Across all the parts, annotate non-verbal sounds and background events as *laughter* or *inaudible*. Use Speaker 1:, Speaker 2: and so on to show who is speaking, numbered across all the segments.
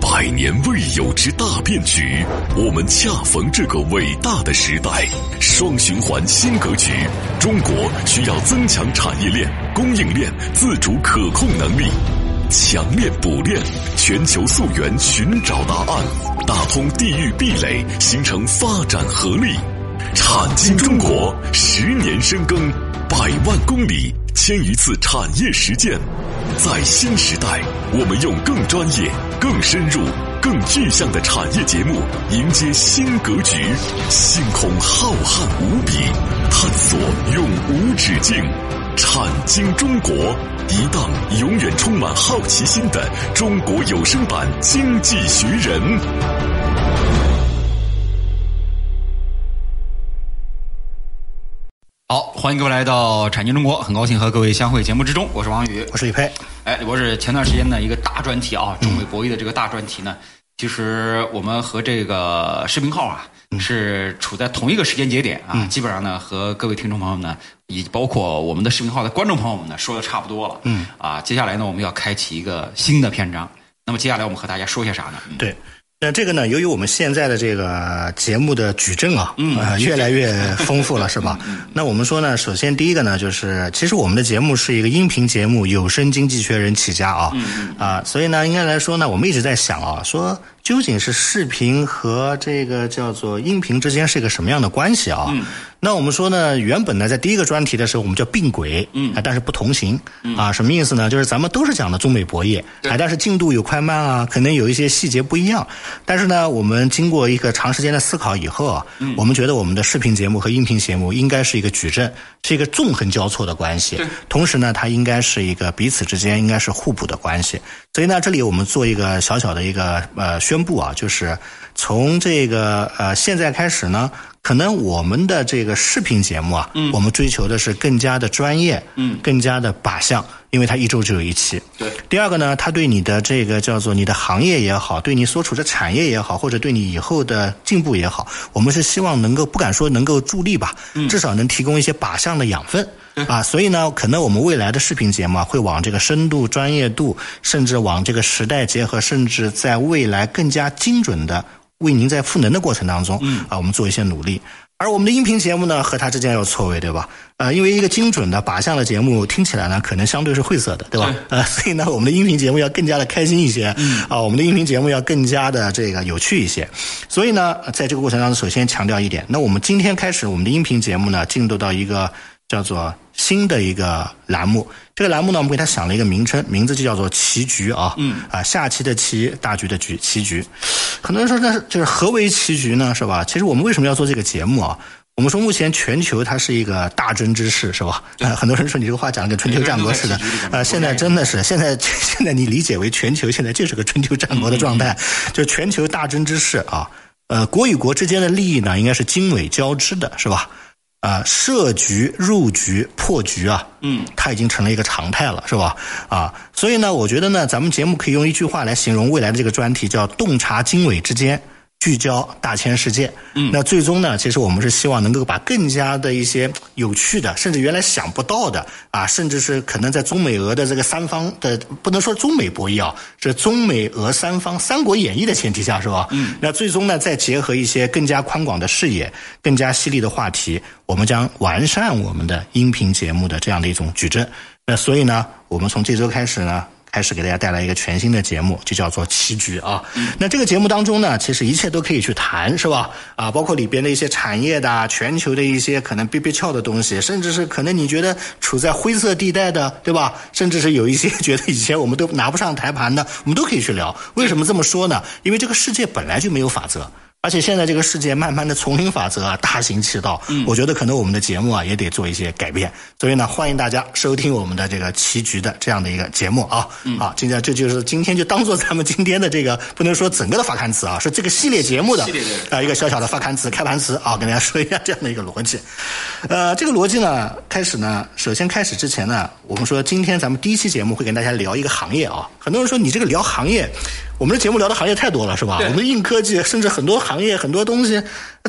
Speaker 1: 百年未有之大变局，我们恰逢这个伟大的时代。双循环新格局，中国需要增强产业链、供应链自主可控能力，强链补链，全球溯源寻找答案，打通地域壁垒，形成发展合力。产经中国十年深耕，百万公里，千余次产业实践。在新时代，我们用更专业、更深入、更具象的产业节目，迎接新格局。星空浩瀚无比，探索永无止境。产经中国，一档永远充满好奇心的中国有声版《经济学人》。
Speaker 2: 好，欢迎各位来到《产经中国》，很高兴和各位相会节目之中，我是王宇。
Speaker 3: 我是李佩，
Speaker 2: 哎，李博士，前段时间呢一个大专题啊，中美博弈的这个大专题呢，其实我们和这个视频号啊是处在同一个时间节点啊，基本上呢和各位听众朋友们呢，以及包括我们的视频号的观众朋友们呢说的差不多了。嗯，啊，接下来呢我们要开启一个新的篇章。那么接下来我们和大家说些啥呢？嗯
Speaker 3: 对。那这个呢，由于我们现在的这个节目的矩阵啊，嗯越来越丰富了，是吧？那我们说呢，首先第一个呢，就是其实我们的节目是一个音频节目，有声经济学人起家啊，啊，所以呢，应该来说呢，我们一直在想啊，说究竟是视频和这个叫做音频之间是一个什么样的关系啊？那我们说呢，原本呢，在第一个专题的时候，我们叫并轨，嗯，啊，但是不同行，啊，什么意思呢？就是咱们都是讲的中美博弈，啊，但是进度有快慢啊，可能有一些细节不一样。但是呢，我们经过一个长时间的思考以后啊，我们觉得我们的视频节目和音频节目应该是一个矩阵，是一个纵横交错的关系。同时呢，它应该是一个彼此之间应该是互补的关系。所以呢，这里我们做一个小小的一个呃宣布啊，就是从这个呃现在开始呢。可能我们的这个视频节目啊，我们追求的是更加的专业，嗯，更加的靶向，因为它一周只有一期。
Speaker 2: 对
Speaker 3: 第二个呢，它对你的这个叫做你的行业也好，对你所处的产业也好，或者对你以后的进步也好，我们是希望能够不敢说能够助力吧，至少能提供一些靶向的养分。啊，所以呢，可能我们未来的视频节目啊，会往这个深度、专业度，甚至往这个时代结合，甚至在未来更加精准的为您在赋能的过程当中，啊，我们做一些努力。而我们的音频节目呢，和它之间有错位，对吧？呃，因为一个精准的靶向的节目，听起来呢，可能相对是晦涩的，对吧？呃，所以呢，我们的音频节目要更加的开心一些，啊，我们的音频节目要更加的这个有趣一些。所以呢，在这个过程当中，首先强调一点，那我们今天开始，我们的音频节目呢，进入到一个叫做新的一个栏目。这个栏目呢，我们给它想了一个名称，名字就叫做“棋局”啊，嗯，啊，下棋的棋，大局的局，棋局。很多人说，那是就是何为棋局呢？是吧？其实我们为什么要做这个节目啊？我们说目前全球它是一个大争之势，是吧？呃， *laughs* 很多人说你这个话讲的跟春秋战国似的
Speaker 2: 每个人都在棋局里，面
Speaker 3: 呃，现在真的是现在 *laughs* 现在你理解为全球现在就是个春秋战国的状态，就全球大争之势啊。呃，国与国之间的利益呢，应该是经纬交织的，是吧？啊，设局、入局、破局啊，嗯，它已经成了一个常态了，是吧？啊，所以呢，我觉得呢，咱们节目可以用一句话来形容未来的这个专题，叫“洞察经纬之间，聚焦大千世界”。嗯，那最终呢，其实我们是希望能够把更加的一些有趣的，甚至原来想不到的啊，甚至是可能在中美俄的这个三方的，不能说中美博弈啊，这中美俄三方《三国演义》的前提下，是吧？嗯，那最终呢，再结合一些更加宽广的视野、更加犀利的话题，我们将完善我们的音频节目的这样的一种矩阵。那所以呢，我们从这周开始呢，开始给大家带来一个全新的节目，就叫做《棋局》啊。那这个节目当中呢，其实一切都可以去谈，是吧？啊，包括里边的一些产业的啊、全球的一些可能憋憋翘的东西，甚至是可能你觉得处在灰色地带的，对吧？甚至是有一些觉得以前我们都拿不上台盘的，我们都可以去聊。为什么这么说呢？因为这个世界本来就没有法则。而且现在这个世界慢慢的丛林法则啊大行其道，
Speaker 2: 嗯
Speaker 3: 我觉得可能我们的节目啊也得做一些改变，所以呢，欢迎大家收听我们的这个棋局的这样的一个节目啊，
Speaker 2: 嗯
Speaker 3: 啊，今天这就是今天就当做咱们今天的这个不能说整个的发刊词啊，是这个系列节目的
Speaker 2: 系列的
Speaker 3: 啊、一个小小的发刊词、开盘词啊，跟大家说一下这样的一个逻辑。呃，这个逻辑呢，开始呢，首先开始之前呢，我们说今天咱们第一期节目会跟大家聊一个行业啊，很多人说你这个聊行业，我们的节目聊的行业太多了，是吧？我们硬科技，甚至很多行业、很多东西，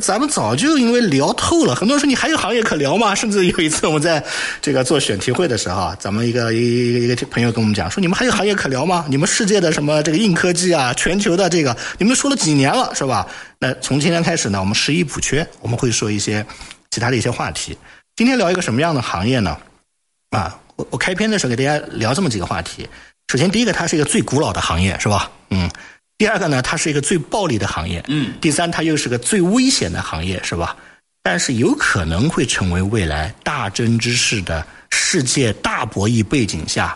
Speaker 3: 咱们早就因为聊透了。很多人说你还有行业可聊吗？甚至有一次我们在这个做选题会的时候啊，咱们一个一个一个朋友跟我们讲说，你们还有行业可聊吗？你们世界的什么这个硬科技啊，全球的这个，你们说了几年了，是吧？那从今天开始呢，我们十一补缺，我们会说一些其他的一些话题。今天聊一个什么样的行业呢？啊，我我开篇的时候给大家聊这么几个话题。首先，第一个，它是一个最古老的行业，是吧？嗯。第二个呢，它是一个最暴利的行业。
Speaker 2: 嗯。
Speaker 3: 第三，它又是个最危险的行业，是吧？但是有可能会成为未来大真知识的世界大博弈背景下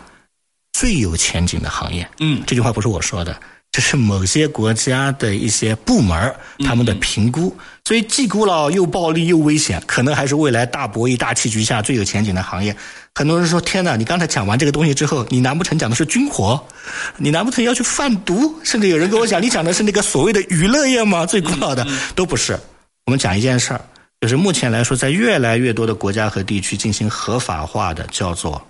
Speaker 3: 最有前景的行业。
Speaker 2: 嗯
Speaker 3: 这句话不是我说的，这是某些国家的一些部门儿他们的评估。所以既古老又暴力又危险，可能还是未来大博弈、大棋局下最有前景的行业。很多人说：“天哪，你刚才讲完这个东西之后，你难不成讲的是军火？你难不成要去贩毒？甚至有人跟我讲，你讲的是那个所谓的娱乐业吗？最古老的都不是。我们讲一件事儿，就是目前来说，在越来越多的国家和地区进行合法化的叫做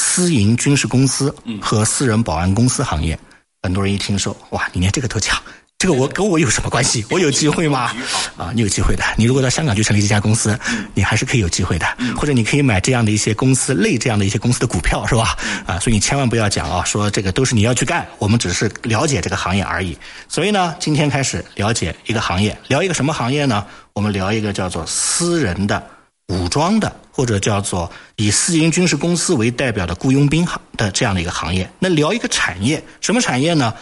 Speaker 3: 私营军事公司和私人保安公司行业。很多人一听说，哇，你连这个都讲，这个我跟我有什么关 *laughs* 系？我有机会吗？啊，你有机会的。嗯你如果到香港去成立这家公司，你还是可以有机会的，或者你可以买这样的一些公司类这样的一些公司的股票，是吧？啊，所以你千万不要讲啊，说这个都是你要去干，我们只是了解这个行业而已。所以呢，今天开始了解一个行业，聊一个什么行业呢？我们聊一个叫做私人的武装的，或者叫做以私营军事公司为代表的雇佣兵行的这样的一个行业。那聊一个产业，什么产业呢？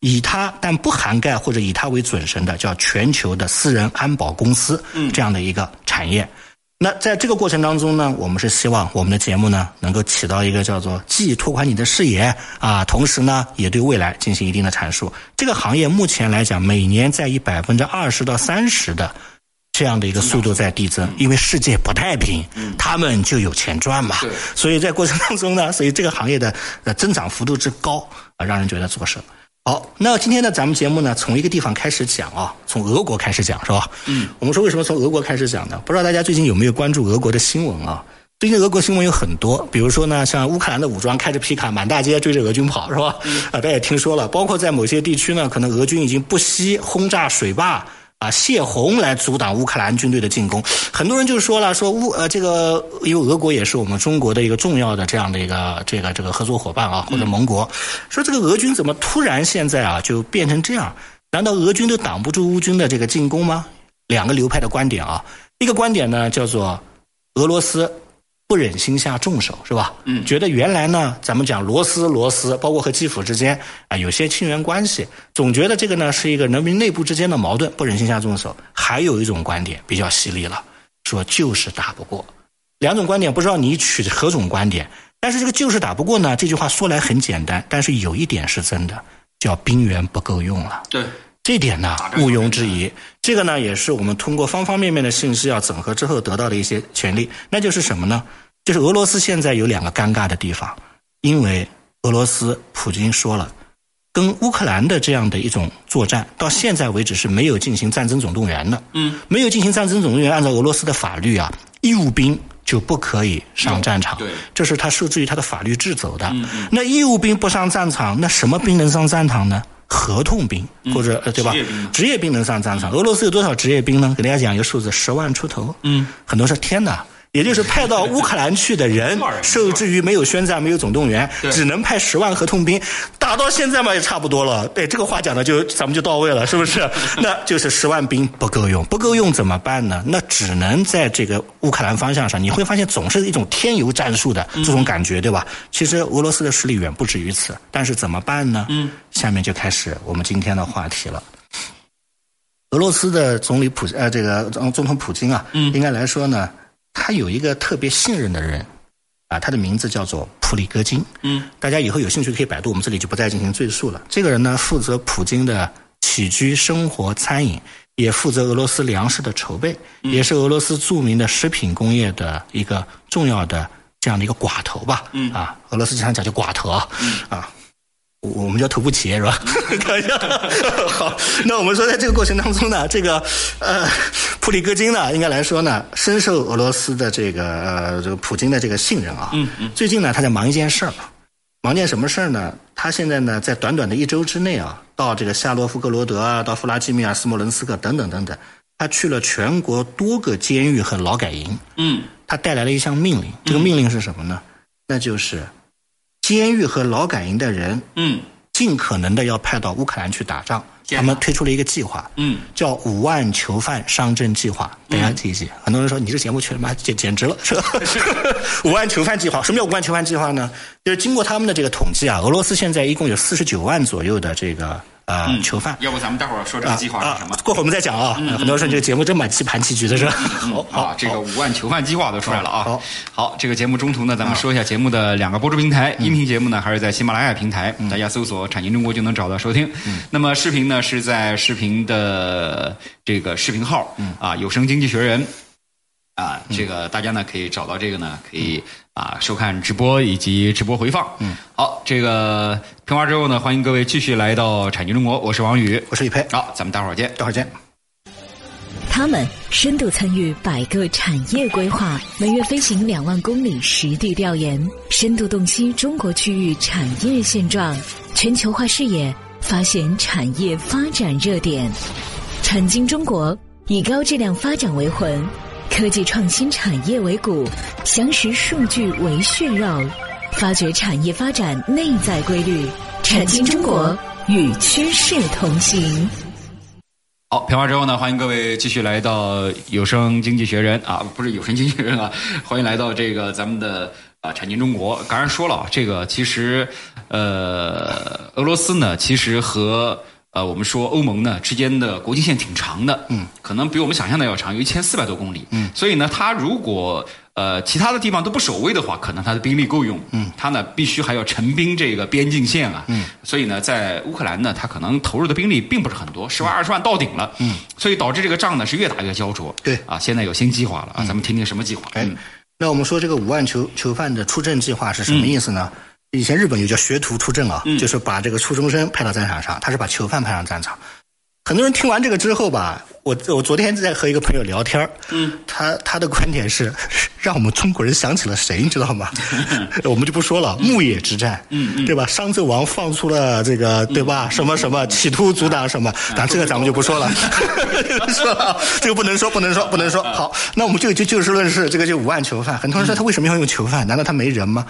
Speaker 3: 以它但不涵盖或者以它为准绳的，叫全球的私人安保公司这样的一个产业。那在这个过程当中呢，我们是希望我们的节目呢能够起到一个叫做既拓宽你的视野啊，同时呢也对未来进行一定的阐述。这个行业目前来讲，每年在以百分之二十到三十的这样的一个速度在递增，因为世界不太平，他们就有钱赚嘛
Speaker 2: 对。
Speaker 3: 所以在过程当中呢，所以这个行业的呃增长幅度之高啊，让人觉得作甚。好，那今天呢，咱们节目呢，从一个地方开始讲啊，从俄国开始讲是吧？嗯，我们说为什么从俄国开始讲呢？不知道大家最近有没有关注俄国的新闻啊？最近俄国新闻有很多，比如说呢，像乌克兰的武装开着皮卡满大街追着俄军跑，是吧？啊，大家也听说了，包括在某些地区呢，可能俄军已经不惜轰炸水坝。啊，泄洪来阻挡乌克兰军队的进攻。很多人就说了，说乌呃这个，因为俄国也是我们中国的一个重要的这样的一个这个这个合作伙伴啊，或者盟国，说这个俄军怎么突然现在啊就变成这样？难道俄军都挡不住乌军的这个进攻吗？两个流派的观点啊，一个观点呢叫做俄罗斯不忍心下重手，是吧？嗯，觉得原来呢，咱们讲罗斯罗斯，包括和基辅之间啊、有些亲缘关系，总觉得这个呢是一个人民内部之间的矛盾，不忍心下重手。还有一种观点比较犀利了，说就是打不过。两种观点，不知道你取何种观点。但是这个就是打不过呢，这句话说来很简单，但是有一点是真的，叫兵源不够用了。
Speaker 2: 对，
Speaker 3: 这点呢
Speaker 2: 打仗
Speaker 3: 毋庸置疑。这个呢也是我们通过方方面面的信息要整合之后得到的一些权利，那就是什么呢？就是俄罗斯现在有两个尴尬的地方，因为俄罗斯普京说了，跟乌克兰的这样的一种作战，到现在为止是没有进行战争总动员的。
Speaker 2: 嗯，
Speaker 3: 没有进行战争总动员，按照俄罗斯的法律啊，义务兵就不可以上战场。
Speaker 2: 嗯对嗯
Speaker 3: 这是他受制于他的法律制走的。那义务兵不上战场，那什么兵能上战场呢？合同兵或者、呃对
Speaker 2: 嗯职
Speaker 3: 吧
Speaker 2: 业兵嘛？
Speaker 3: 职业兵能上战场。俄罗斯有多少职业兵呢？给大家讲一个数字，十万出头。嗯，很多人说天哪。也就是派到乌克兰去的人
Speaker 2: 多少人
Speaker 3: 受制于没有宣战、没有总动员，
Speaker 2: 对
Speaker 3: 只能派十万合同兵，打到现在嘛也差不多了。哎对，这个话讲的就咱们就到位了，是不是？那就是十万兵不够用，不够用怎么办呢？那只能在这个乌克兰方向上，你会发现总是一种添油战术的这种感觉，对吧？其实俄罗斯的实力远不止于此，但是怎么办呢？嗯，下面就开始我们今天的话题了。俄罗斯的总理普呃，这个总总统普京啊，应该来说呢，他有一个特别信任的人啊，他的名字叫做普里戈金。
Speaker 2: 嗯，
Speaker 3: 大家以后有兴趣可以百度，我们这里就不再进行赘述了。这个人呢，负责普京的起居、生活、餐饮，也负责俄罗斯粮食的筹备，也是俄罗斯著名的食品工业的一个重要的这样的一个寡头吧。嗯啊，俄罗斯经常讲叫寡头啊，啊，我我们叫头部企业是吧？ *laughs* 开玩笑。好，那我们说，在这个过程当中呢，这个呃，普里戈金呢，应该来说呢，深受俄罗斯的这个呃这个普京的这个信任啊。嗯嗯。最近呢，他在忙一件事儿，忙件什么事儿呢？他现在呢，在短短的一周之内啊，到这个夏洛夫格罗德啊，到弗拉基米尔斯莫伦斯克等等等等，他去了全国多个监狱和劳改营。
Speaker 2: 嗯，
Speaker 3: 他带来了一项命令，这个命令是什么呢？那就是监狱和劳改营的人
Speaker 2: 嗯
Speaker 3: 尽可能的要派到乌克兰去打仗。
Speaker 2: 天
Speaker 3: 他
Speaker 2: 哪
Speaker 3: 们推出了一个计划，
Speaker 2: 嗯，
Speaker 3: 叫“五万囚犯上阵计划”。大家记一记。很多人说你这节目去他妈 *laughs* 简简直了，
Speaker 2: *laughs*
Speaker 3: 是吧？五万囚犯计划，什么叫五万囚犯计划呢？就是经过他们的这个统计啊，俄罗斯现在一共有四十九万左右的这个呃、囚犯。
Speaker 2: 要不咱们待会儿说嗯这个计划是什么嗯
Speaker 3: 啊？过会儿我们再讲啊。很多人说这个节目真蛮棋盘棋局的是吧？好
Speaker 2: 啊
Speaker 3: 嗯好，，
Speaker 2: 这个
Speaker 3: 好
Speaker 2: 五万囚犯计划都出来了啊！
Speaker 3: 好
Speaker 2: 好这个节目中途呢，咱们说一下节目的两个播出平台，
Speaker 3: 嗯
Speaker 2: 音频节目呢还是在喜马拉雅平台，大家搜索“产经中国”就能找到收听。
Speaker 3: 嗯
Speaker 2: 那么视频呢是在视频的这个视频号
Speaker 3: 嗯
Speaker 2: 啊，有声经济学人。啊，这个大家呢可以找到这个呢，可以啊收看直播以及直播回放。嗯，好，这个评完之后呢，欢迎各位继续来到产经中国，我是王宇，
Speaker 3: 我是李佩，
Speaker 2: 好，咱们待会儿见。
Speaker 3: 待会儿见。
Speaker 4: 他们深度参与百个产业规划，每月飞行两万公里实地调研，深度洞悉中国区域产业现状，全球化视野发现产业发展热点。产经中国以高质量发展为魂，科技创新产业为骨，详实数据为血肉，发掘产业发展内在规律。产经中国与趋势同行。
Speaker 2: 好，评完之后呢，欢迎各位继续来到有声经济学人啊，不是有声经济学人啊，欢迎来到这个咱们的啊产经中国。刚才说了啊，这个其实呃，俄罗斯呢，其实和呃我们说欧盟呢之间的国境线挺长的，嗯，可能比我们想象的要长，有一千四百多公里，嗯，所以呢，它如果呃，其他的地方都不守卫的话，可能他的兵力够用。嗯，他呢必须还要陈兵这个边境线啊。嗯，所以呢，在乌克兰呢，他可能投入的兵力并不是很多，十万二十万到顶了。嗯，所以导致这个仗呢是越打越焦灼。
Speaker 3: 对
Speaker 2: 啊，现在有新计划了啊，咱们听听什么计划？嗯
Speaker 3: 哎，那我们说这个五万囚囚犯的出阵计划是什么意思呢？以前日本有叫学徒出阵啊，就是把这个初中生派到战场上，他是把囚犯派上战场。很多人听完这个之后吧，我我昨天在和一个朋友聊天儿，嗯，他他的观点是 *laughs* 让我们中国人想起了谁，你知道 *laughs* 吗？我们就不说了，牧野之战，嗯，对吧？商纣王放出了这个，对吧？什么什么，企图阻挡什么，但这个咱们就不说了，不说了， *laughs* 这个不能说，不能说，不能说。好，那我们就就就事论事，这个就五万囚犯。很多人说他为什么要用囚犯？难道他没人吗？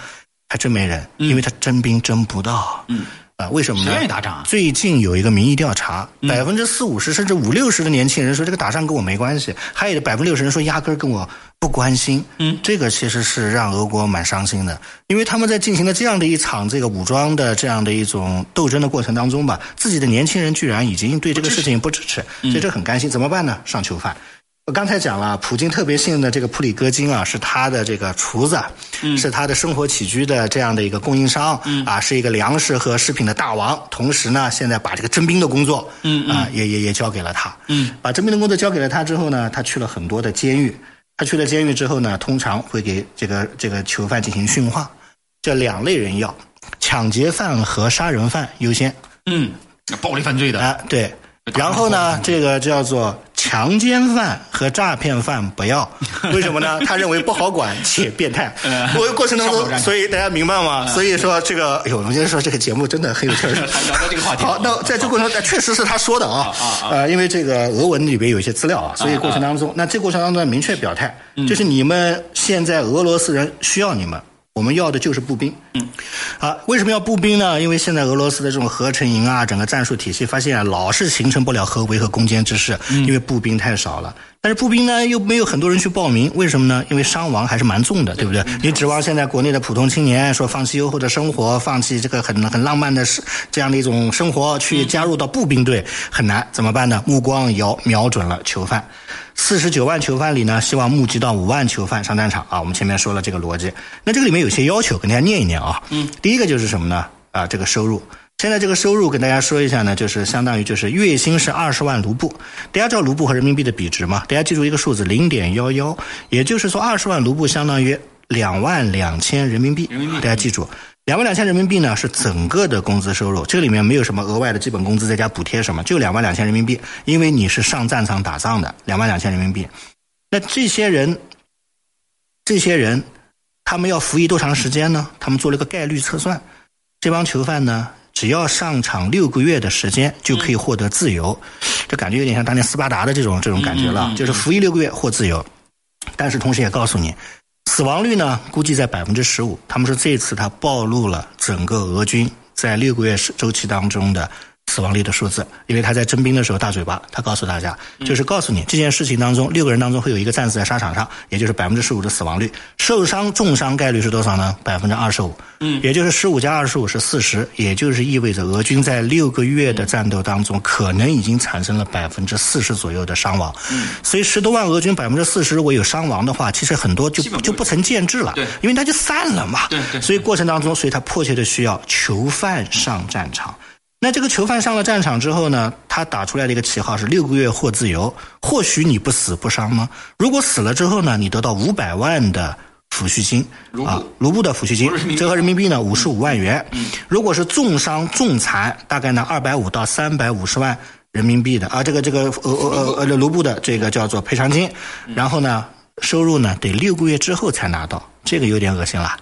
Speaker 3: 还真没人，因为他征兵征不到，嗯。啊，为什么呢？
Speaker 2: 谁愿意打仗啊嗯
Speaker 3: 最近有一个民意调查，百分之四五十甚至五六十的年轻人说这个打仗跟我没关系，还有百分之六十人说压根儿跟我不关心。嗯，这个其实是让俄国蛮伤心的，因为他们在进行了这样的一场这个武装的这样的一种斗争的过程当中吧，自己的年轻人居然已经对这个事情不支持，所以这
Speaker 2: 嗯
Speaker 3: 很担心，怎么办呢？上囚犯。我刚才讲了，普京特别信任的这个普里戈金啊，是他的这个厨子，是他的生活起居的这样的一个供应商，啊，是一个粮食和食品的大王。同时呢，现在把这个征兵的工作，啊，也也也交给了他。把征兵的工作交给了他之后呢，他去了很多的监狱。他去了监狱之后呢，通常会给这个这个囚犯进行训话。这两类人要，抢劫犯和杀人犯优先。
Speaker 2: 嗯，暴力犯罪的，
Speaker 3: 啊，对。然后呢，这个叫做强奸犯和诈骗犯不 *laughs* 要，为什么呢？他认为不好管且变态。我过程当
Speaker 2: 上不
Speaker 3: 中，
Speaker 2: 沾
Speaker 3: 所以大家明白吗？所以说这个，哎呦，我们今天说这个节目真的很有趣儿。
Speaker 2: 聊到这个话题。
Speaker 3: *laughs* 好，那在这过程中，确实是他说的啊，呃，因为这个俄文里边有一些资料啊，嗯所以过程当中，那这过程当中明确表态，就是你们现在俄罗斯人需要你们，我们要的就是步兵。嗯，啊，为什么要步兵呢？因为现在俄罗斯的这种合成营啊，整个战术体系发现啊老是形成不了合围和攻坚之势，因为步兵太少了。但是步兵呢，又没有很多人去报名，为什么呢？因为伤亡还是蛮重的，对不对？你指望现在国内的普通青年说放弃优厚的生活，放弃这个很很浪漫的是这样的一种生活，去加入到步兵队很难，怎么办呢？目光瞄瞄准了囚犯，四十九万囚犯里呢，希望募集到五万囚犯上战场啊。我们前面说了这个逻辑，那这个里面有些要求，跟大家念一念啊。嗯，第一个就是什么呢？啊，这个收入。现在这个收入跟大家说一下呢，就是相当于就是月薪是二十万卢布，大家知道卢布和人民币的比值嘛？大家记住一个数字零点幺幺，也就是说二十万卢布相当于两万两千人民币。
Speaker 2: 人民币
Speaker 3: 大家记住，两万两千人民币呢是整个的工资收入，这个里面没有什么额外的基本工资再加补贴什么，就两万两千人民币，因为你是上战场打仗的，两万两千人民币。那这些人，这些人，他们要服役多长时间呢？他们做了个概率测算，这帮囚犯呢，只要上场六个月的时间就可以获得自由，这感觉有点像当年斯巴达的这种这种感觉了，就是服役六个月获自由。但是同时也告诉你，死亡率呢估计在百分之十五。他们说这次它暴露了整个俄军在六个月时周期当中的死亡率的数字，因为他在征兵的时候大嘴巴，他告诉大家就是告诉你这件事情当中六个人当中会有一个战死在沙场上，也就是百分之十五的死亡率，受伤重伤概率是多少呢？百分之二十五，嗯，也就是十五加二十五是四十，也就是意味着俄军在六个月的战斗当中可能已经产生了百分之四十左右的伤亡，嗯，所以十多万俄军百分之四十如果有伤亡的话，其实很多就
Speaker 2: 基本不
Speaker 3: 就不曾建制了，
Speaker 2: 对
Speaker 3: 因为他就散了嘛，
Speaker 2: 对对
Speaker 3: 所以过程当中，所以他迫切的需要囚犯上战场。那这个囚犯上了战场之后呢，他打出来的一个旗号是六个月获自由，或许你不死不伤吗？如果死了之后呢，你得到五百万的抚恤金
Speaker 2: 卢布
Speaker 3: 啊，卢布的抚恤金
Speaker 2: 不是人民，币嗯
Speaker 3: 折合人民币呢五十五万元。如果是重伤重残，大概呢二百五到三百五十万人民币的啊，这个这个呃呃呃呃卢布的这个叫做赔偿金，
Speaker 2: 嗯
Speaker 3: 然后呢收入呢得六个月之后才拿到，这个有点恶心了，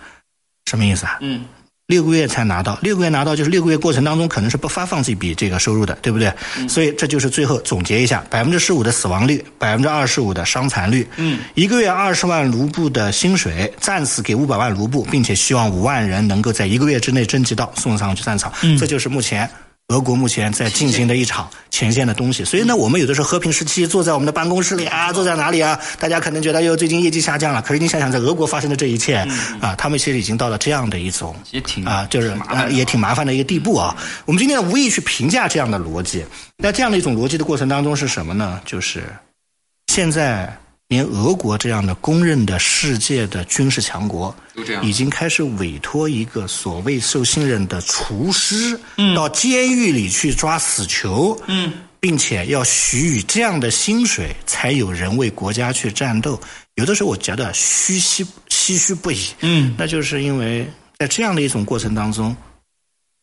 Speaker 3: 什么意思啊？
Speaker 2: 嗯，
Speaker 3: 六个月才拿到，六个月拿到就是六个月过程当中可能是不发放这笔这个收入的，对不对？所以这就是最后总结一下，百分之十五的死亡率，百分之二十五的伤残率，嗯，一个月二十万卢布的薪水，战死给五百万卢布，并且希望五万人能够在一个月之内征集到送上去战场，这就是目前。俄国目前在进行的一场前线的东西，所以呢，我们有的时候和平时期坐在我们的办公室里啊，坐在哪里啊，大家可能觉得哟，最近业绩下降了。可是你想想，在俄国发生的这一切啊，他们其实已经到了这样的一种
Speaker 2: 也挺
Speaker 3: 啊，就是
Speaker 2: 挺麻
Speaker 3: 啊
Speaker 2: 烦的
Speaker 3: 也挺麻烦的一个地步啊。我们今天无意去评价这样的逻辑，那这样的一种逻辑的过程当中是什么呢？就是现在连俄国这样的公认的世界的军事强国
Speaker 2: 都这样，
Speaker 3: 已经开始委托一个所谓受信任的厨师，嗯，到监狱里去抓死囚，嗯。并且要许以这样的薪水，才有人为国家去战斗。有的时候我觉得虚唏唏嘘不已，嗯，那就是因为在这样的一种过程当中，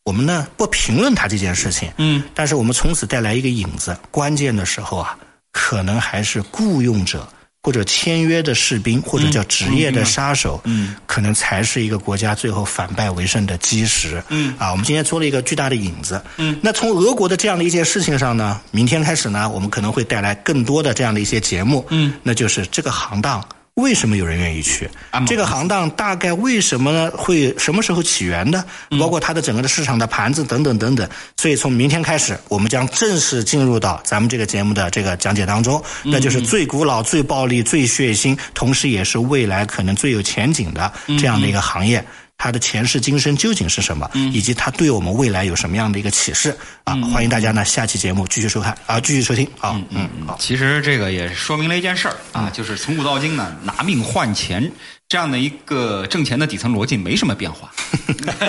Speaker 3: 我们呢不评论它这件事情，嗯，但是我们从此带来一个影子。关键的时候啊，可能还是雇佣者或者签约的士兵，或者叫职业的杀手，嗯，可能才是一个国家最后反败为胜的基石，嗯，啊，我们今天做了一个巨大的影子，嗯，那从俄国的这样的一件事情上呢，明天开始呢，我们可能会带来更多的这样的一些节目，嗯，那就是这个行当。为什么有人愿意去？这个行当大概为什么呢？会什么时候起源的？包括它的整个的市场的盘子等等等等。所以从明天开始，我们将正式进入到咱们这个节目的这个讲解当中，那就是最古老、最暴力、最血腥，同时也是未来可能最有前景的这样的一个行业。它的前世今生究竟是什么，以及它对我们未来有什么样的一个启示啊？欢迎大家呢下期节目继续收看啊，继续收听啊，嗯，好，
Speaker 2: 其实这个也说明了一件事儿啊，就是从古到今呢，拿命换钱这样的一个挣钱的底层逻辑没什么变化。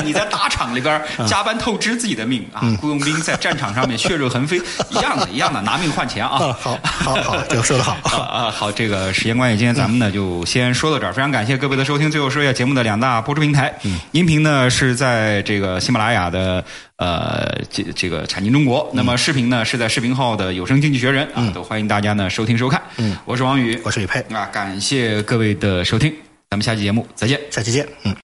Speaker 2: 你在大厂里边儿加班透支自己的命啊，雇佣兵在战场上面血肉横飞，一样的，一样的，拿命换钱
Speaker 3: 啊，
Speaker 2: 啊。
Speaker 3: 好，好，好，这个说的好。
Speaker 2: 啊啊，好，这个时间关系，今天咱们呢就先说到这儿。非常感谢各位的收听。最后说一下节目的两大播出平台，音频呢是在这个喜马拉雅的呃这这个产经中国，那么视频呢是在视频号的有声经济学人啊，都欢迎大家呢收听收看。嗯，我是王宇，
Speaker 3: 我是李佩
Speaker 2: 啊，感谢各位的收听，咱们下期节目再见。
Speaker 3: 下期见，嗯。